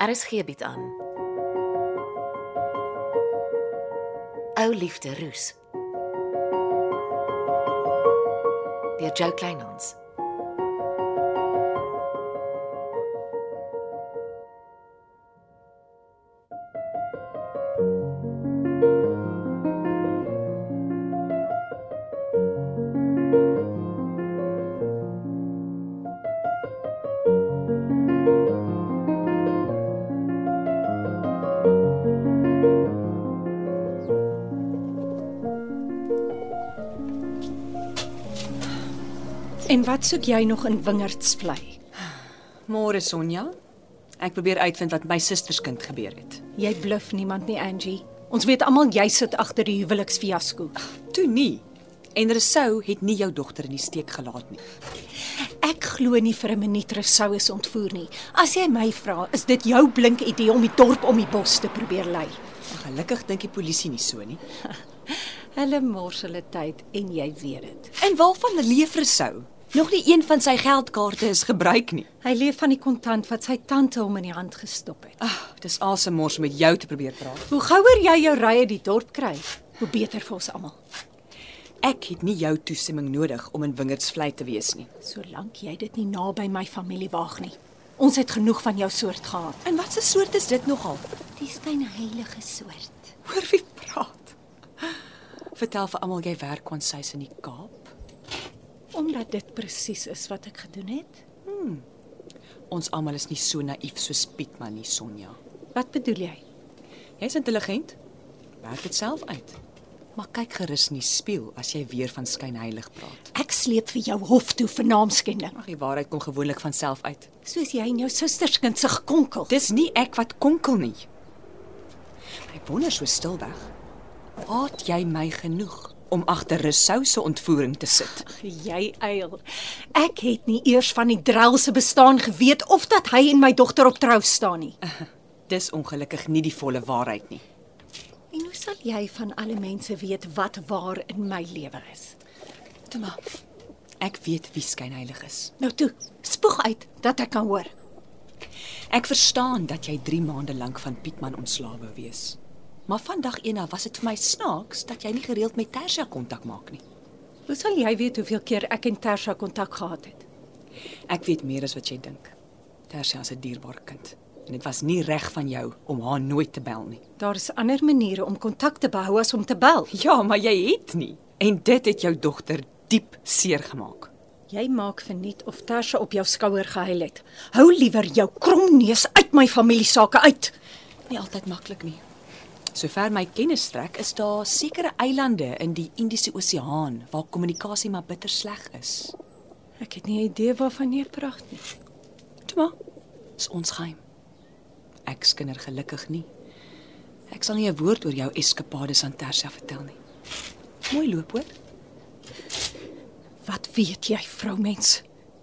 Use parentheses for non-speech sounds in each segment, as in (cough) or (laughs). RSG bied Er aan. Ou liefde roes. Deur Jo Kleinhans. En wat soek jy nog in Wingerdsvlei? Môre Sonja. Ek probeer uitvind wat my susterskind gebeur het. Jy bluf niemand nie, Angie. Ons weet almal jy sit agter die huweliksfiasco. Toe nie. En Resou het nie jou dogter in die steek gelaat nie. Ek glo nie vir 'n minuut Rousseau is ontvoer nie. As jy my vra, is dit jou blink idee om die dorp om die bos te probeer lei. En gelukkig dink die polisie nie so nie. Hulle mors hulle tyd en jy weet dit. En waarvan leef Resou? Nog nie een van sy geldkaarte is gebruik nie. Hy leef van die kontant wat sy tante hom in die hand gestop het. Ag, Ah, dis asemors om met jou te probeer praat. Hoe gouer jy jou rye die dorp kry, hoe beter vir ons almal. Ek het nie jou toestemming nodig om in Wingerdsvlei te wees nie. Solank jy dit nie naby my familie waag nie. Ons het genoeg van jou soort gehad. En wat 'n soort is dit nogal? Dis geen heilige soort. Hoor wie praat. Vertel vir almal jy werk aan sy's in die Kaap. Omdat dit presies is wat ek gedoen het. Ons almal is nie so naïef soos Pietman nie, Sonja. Wat bedoel jy? Jy's intelligent. Werk dit self uit. Maar kyk gerus nie speel as jy weer van skynheilig praat. Ek sleep vir jou hof toe vir naamskending, Ag, die waarheid kom gewoonlik van self uit. soos jy en jou susterskind se gekonkel. Dis nie ek wat konkel nie. Ek wonder so stilweg. Haat jy my genoeg om agter Rousseau se ontvoering te sit? Jy eil. Ek het nie eers van die drel se bestaan geweet of dat hy en my dogter op trou staan nie. Dis ongelukkig nie die volle waarheid nie. En hoe sal jy van alle mense weet wat waar in my lewe is? Toe maar. Ek weet wie skynheilig is. Nou toe, spoeg uit dat ek kan hoor. Ek verstaan dat jy 3 maande lank van Pietman ontslae wou wees. Maar vandag eena was dit vir my snaaks dat jy nie gereeld met Tersia kontak maak nie. Hoe sal jy weet hoeveel keer ek en Tersha kontak gehad het? Ek weet meer as wat jy dink. Tersia is 'n dierbare kind en dit was nie reg van jou om haar nooit te bel nie. Daar's ander maniere om kontak te behou as om te bel. Ja, maar jy het nie. En dit het jou dogter diep seer gemaak. Jy maak verniet of terse op jou skouer gehuil het. Hou liewer jou krom neus uit my familie sake uit. Nie altyd maklik nie. Sover my kennis strek, is daar sekere eilande in die Indiese Oseaan waar kommunikasie maar bitter sleg is. Ek het nie 'n idee waarvan jy praat nie. Toe maar. Dis ons geheim. Ek skinder gelukkig nie. Ek sal nie 'n woord oor jou eskapades aan Tersia vertel nie. Mooi loop hoor. Wat weet jy, vroumens?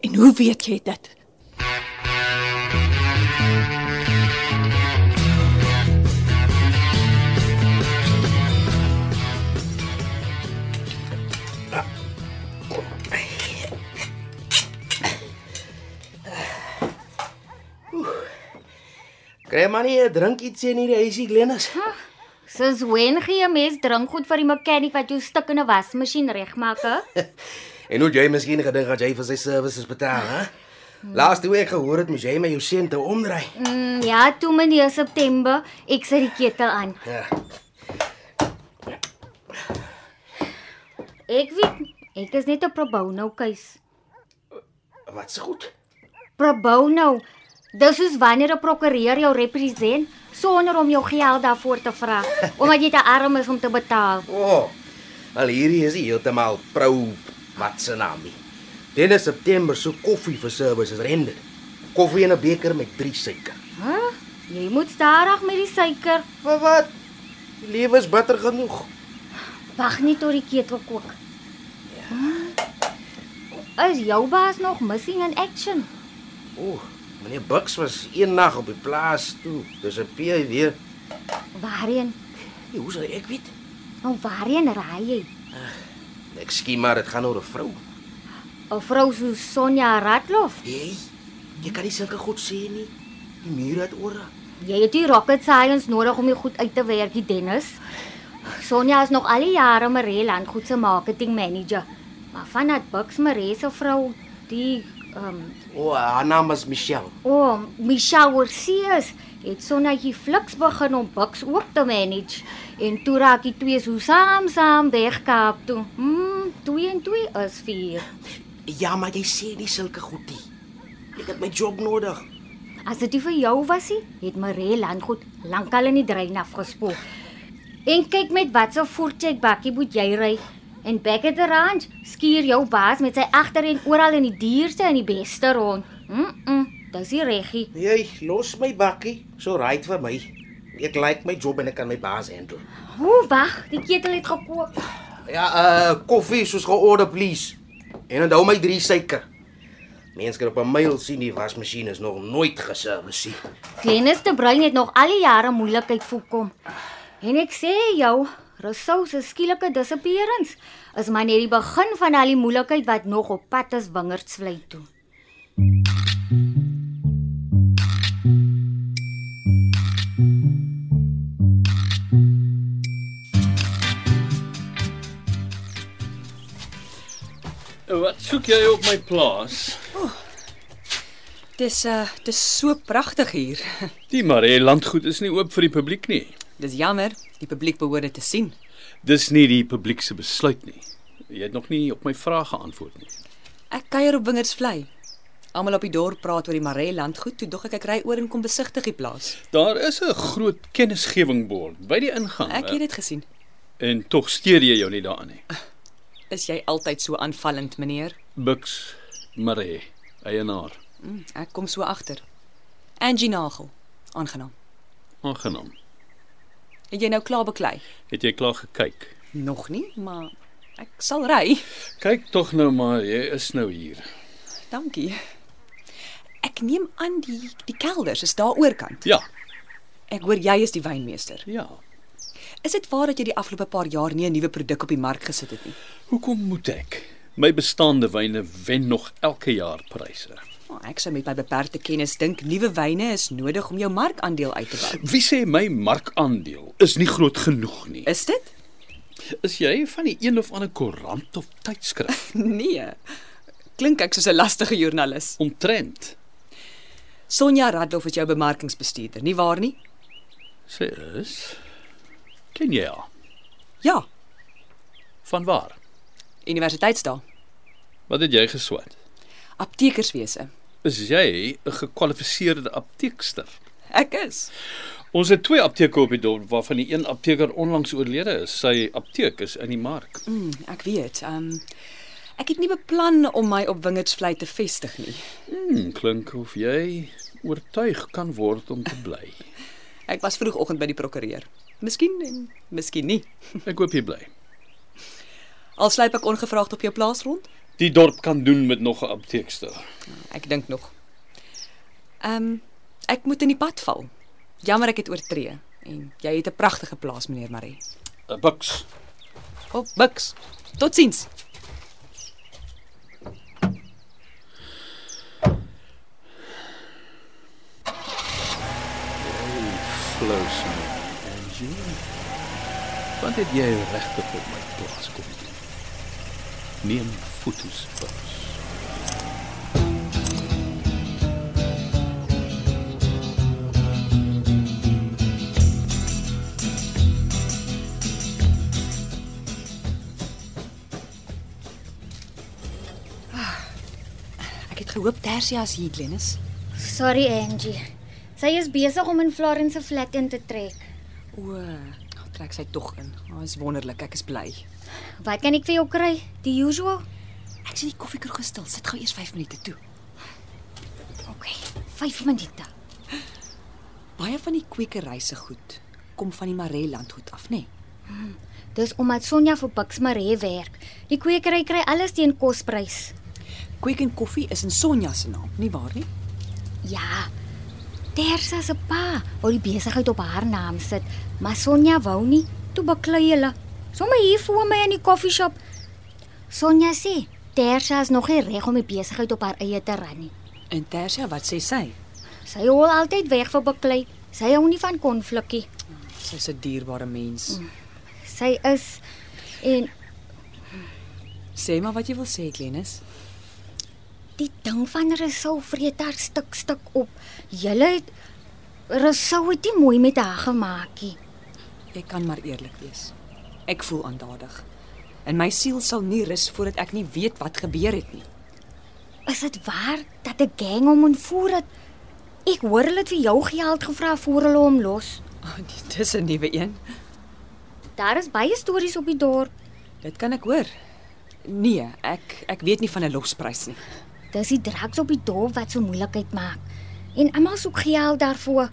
En hoe weet jy dit? Kry maar nie 'n drink ietsie in hierdie huisie, Glenis. Soos wen gee 'n mens drink goed vir die mechanic wat jou stuk in 'n wasmasjien regmaak, hè? En hoe het jy miskien gedink dat jy vir sy services betaal, hè? Laas toe ek gehoor het, moes jy my jou seun te omdraai. Mm, ja, toe meneer September, ek sit die ketel aan. Ja. Ek weet, ek is net 'n probono keus. Wat se goed. Probono. Dis soos wanneer 'n prokureur jou represent sonder om jou geld daarvoor te vra, omdat jy te arm is om te betaal. O. Oh, al hierdie is nie heeltemal prou wat se naam nie. Dennis September se koffie vir services rende. Koffie in 'n beker met 3 suiker. Huh? Jy moet stadig met die suiker. Maar wat? Die lewe is bitter genoeg. Wag nie tot die ketel kook. Ja. Is jou baas nog missing in action? Ooh, meneer Bucks was een nag op die plaas toe. Dis 'n PI weer. Waarheen? Nee, Hoe sou ek weet? Nou waarheen raai jy? Ek skiem maar dit gaan oor 'n vrou. 'n Vrou so Sonja Ratloff. Hey, jy kan nie sulke goed sê nie. Die mure het ore. Jy het nie rocket science nodig om dit goed uit te werk, nie, Dennis. Sonja is nog al die jare Maree Landgoed se marketing manager. Maar vanat Bux Maree se vrou, die ehm um, O, haar naam is Michelle. o, oh, Michelle Orseus, het Sonjatjie fliks begin om Bux ook te manage en toe raak die twee so saam saam wegkaap toe. Mm, 2 en 2 is 4. Ja, maar jy sê nie sulke goed nie. Ek het my job nodig. As dit nie vir jou was nie, het Maree Landgoed lankal in die drein afgespoel. En kyk met watse voertuig bakkie moet jy ry? En back at the ranch skuur jou baas met sy agter en oral in die duurste en die beste rond. Mm, -mm dis die reggie. Jy los my bakkie, so right vir my. Ek like my job en ek kan my baas handle. Hoe wag, die ketel het gekoop. Ja, uh koffie soos georder please. En onthou my drie suiker. Mense kan op 'n myl sien die wasmasjien is nog nooit geservice nie. Dennis te bring het nog al die jare moeilikheid voorkom. En ek sê jou, Rousseau se skielike disappearance is maar net die begin van al die moeilikheid wat nog op pad is wingerdsvlei toe. Wat soek jy op my plaas? Dis uh dis so pragtig hier. Die Maree landgoed is nie oop vir die publiek nie. (laughs) Dis jammer, die publiek behoort dit te sien. Dis nie die publiek se besluit nie. Jy het nog nie op my vraag geantwoord nie. Ek kuier op Wingersvlei. Almal op die dorp praat oor die Maree landgoed, toe dog ek ek ry oor en kom besigtig die plaas. Daar is 'n groot kennisgewingbord by die ingang. Ek het dit gesien. en tog steur jy jou nie daaraan nie. Is jy altyd so aanvallend, meneer? Bux Maree, eienaar. Mm, ek kom so agter. Angie Nagel. Aangenaam. Aangenaam. Het jy nou klaar beklei? Het jy klaar gekyk? Nog nie, maar ek sal ry. Kyk tog nou maar, jy is nou hier. Dankie. Ek neem aan die die kelders is daar oorkant. Ja, Ek hoor jy is die wynmeester. ja. Is dit waar dat jy die afgelope paar jaar nie 'n nuwe produk op die mark gesit het nie? Hoekom moet ek? My bestaande wyne wen nog elke jaar pryse. Oh, ek sou met my beperkte kennis dink nuwe wyne is nodig om jou markandeel uit te bou. Wie sê my markandeel is nie groot genoeg nie? Is dit? Is jy van die een of ander koerant of tydskrif? Nee. Klink ek soos 'n lastige joernalis. (laughs) Omtrent. Sonja Radloff is jou bemarkingsbestuurder, nie waar nie? Sê is. Ken jy haar? Ja, Van waar? universiteitsdae. Wat het jy geswat? Aptekerswese. Is jy 'n gekwalifiseerde apteekster? Ek is. Ons het twee apteke op die dorp waarvan die een apteker onlangs oorlede is. Sy apteek is in die mark. Mm, ek weet. Ehm um, ek het nie beplan om my op Wingerdsvlei te vestig nie. Hmm, klink of jy oortuig kan word om te (laughs) bly. Ek was vroegoggend by die prokureur. Miskien en miskien nie. Ek hoop jy bly. Al slyp ek ongevraagd op jou plaas rond. Die dorp kan doen met nog 'n apteekster. Ek dink nog. Ehm um, ek moet in die pad val. Jammer ek het oortree en jy het 'n pragtige plaas meneer Marie. 'n Buks. Op Bucks. Totsiens. Flows me, Angie. Wat het jy regtig op my plaas kom doen? Neem fotos vas. Ek het gehoop Tersia is hier, Glenis. Sorry Angie. Sy is besig om in Florence se flat in te trek. O, trek sy tog in. Dit oh, is wonderlik. Ek is bly. Wat kan ek vir jou kry? Die usual? Ek sien die koffiekroeg gestil. Sit gou eers 5 minute toe. OK, 5 minute. Baie van die kwekery se goed kom van die Maree landgoed af, nê? Nee? Dis omdat Sonja vir Bux Maree werk. Die kwekery kry alles teen kosprys. Kweek en Koffie is in Sonja se naam, nie waar nie? Ja. Tersa se pa wou die besigheid op haar naam sit, maar Sonja wou nie. Toe beklei hulle. Sommige hier voor my in die koffieshop. Sonja sê Tersa is nog nie reg om die besigheid op haar eie te ran nie. En Tersia, wat sê sy? Sy hol altyd weg vir beklei. Sy hou nie van konflikkie. Sy's 'n dierbare mens. Sy is en Sê maar wat jy wil sê, Glenis. die ding van Resou vreet haar stuk stuk op. Julle het Resou het nie mooi met haar gemaakie. Jy kan maar eerlik wees. Ek voel aandadig. En my siel sal nie rus voordat ek nie weet wat gebeur het nie. Is dit waar dat 'n gang hom ontvoer het? Ek hoor hulle het vir jou geld gevra voor hulle hom los. Oh, dis 'n nuwe een. Daar is baie stories op die dorp. Dit kan ek hoor. Nee, ek ek weet nie van 'n losprys nie. Dis die drugs op die dorp wat so moeilikheid maak. En almal soek geld daarvoor.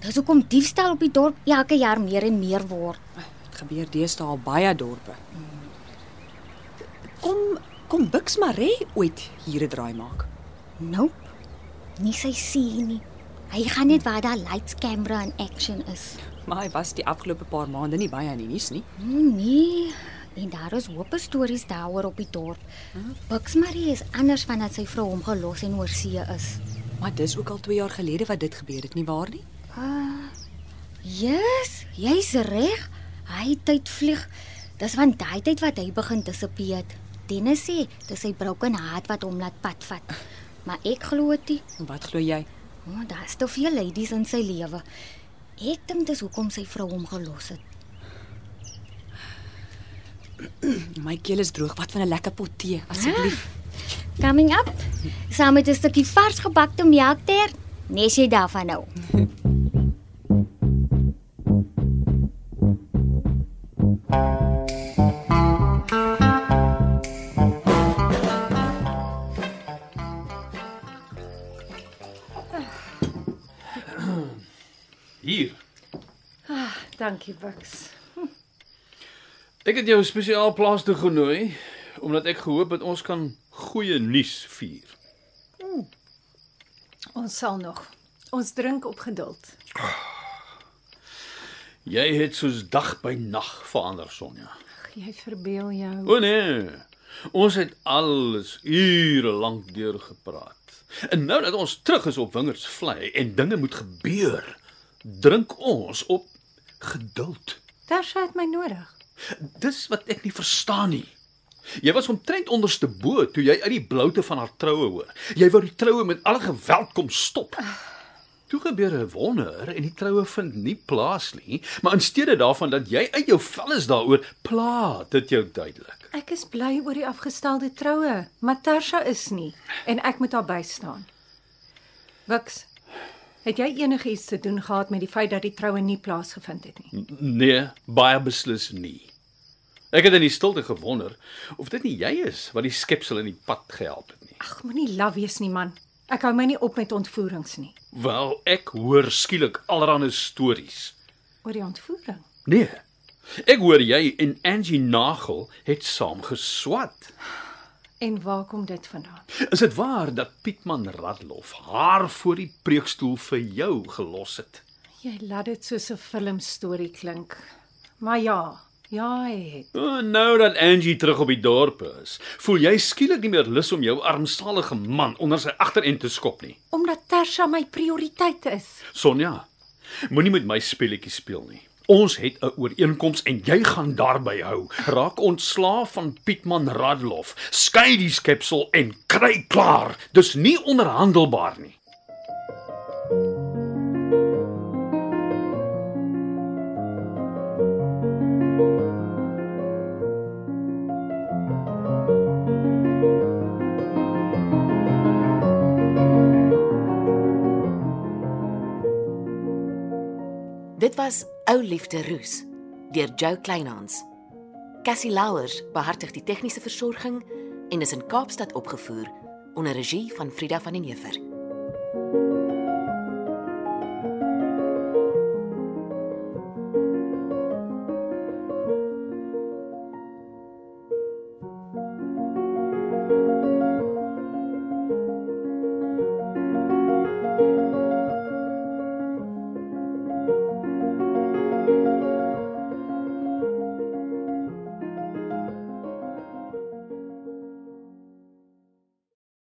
Dis hoekom diefstal op die dorp elke jaar meer en meer word. Dit gebeur deesdae al baie dorpe. Kom kom Bix Maree ooit hier 'n draai maak. Nope. Nie sy sien nie. Hy gaan net waar daar lights camera in action is. Maar hy was die afgelope paar maande nie baie in die nuus nie. Hmm, nee. En daar is hoop stories daaroor op die dorp. Bux Marie is anders vandat sy vrou hom gelos en oor see is. Maar dis ook al 2 jaar gelede wat dit gebeur het, nie waar nie? Yes, jy's reg. Hy tyd vlieg. Dis van daai tyd wat hy begin disappear het. Dennis sê dis sy broken heart wat hom laat padvat. Maar ek glo dit nie. Wat glo jy? Oh, daar's te veel ladies in sy lewe. Ek dink dis hoekom sy vrou hom gelos het. My keel is droog. Wat van 'n lekker pot tee asseblief? Coming up, saam met 'n stukkie vars gebakte melktert, nes jy daarvan nou. Hier. Dankie, Bux. Ek het jou spesiaal plaas toe genooi omdat ek gehoop het ons kan goeie nuus vier. Ons sal nog. Ons drink op geduld. Jy het soos dag by nag verander, Sonja. Jy verbeel jou. O nee. Ons het alles ure lank deur gepraat. En nou dat ons terug is op wingers vlei en dinge moet gebeur, drink ons op geduld. Daar sou dit my nodig. Dis wat ek nie verstaan nie. Jy was omtrent onderste bo toe jy uit die bloute van haar troue hoor. Jy wou die troue met alle geweld kom stop. Toe gebeur 'n wonder en die troue vind nie plaas nie, maar in steede daarvan dat jy uit jou vel is daaroor, plaat dit jou duidelik. Ek is bly oor die afgestelde troue, maar Tersha is nie en ek moet haar bystaan. Wiks, het jy enigiets te doen gehad met die feit dat die troue nie plaasgevind het nie? N- Nee, baie beslis nie. Ek het in die stilte gewonder of dit nie jy is wat die skepsel in die pad gehelp het nie. Ag, moenie laf wees nie, man. Ek hou my nie op met ontvoerings nie. Wel, ek hoor skielik allerlei stories. Oor die ontvoering. Nee. Ek hoor jy en Angie Nagel het saam geswat. En waar kom dit vandaan? Is dit waar dat Pietman Radloff haar voor die preekstoel vir jou gelos het? Jy laat dit soos 'n filmstorie klink. Maar ja, ja, hy het. O, Nou dat Angie terug op die dorp is, voel jy skielik nie meer lus om jou armsalige man onder sy agterend te skop nie. Omdat Tersha my prioriteit is. Sonja, moenie met my speletjies speel nie. Ons het 'n ooreenkoms en jy gaan daarby hou. Raak ontslaaf van Pietman Radloff. Skei die skepsel en kry klaar. Dis nie onderhandelbaar nie. Dit was Ou Liefde Roos deur Jo Kleinhans. Cassie Louwers behartig die tegniese versorging en is in Kaapstad opgevoer onder regie van Frida van den Heever.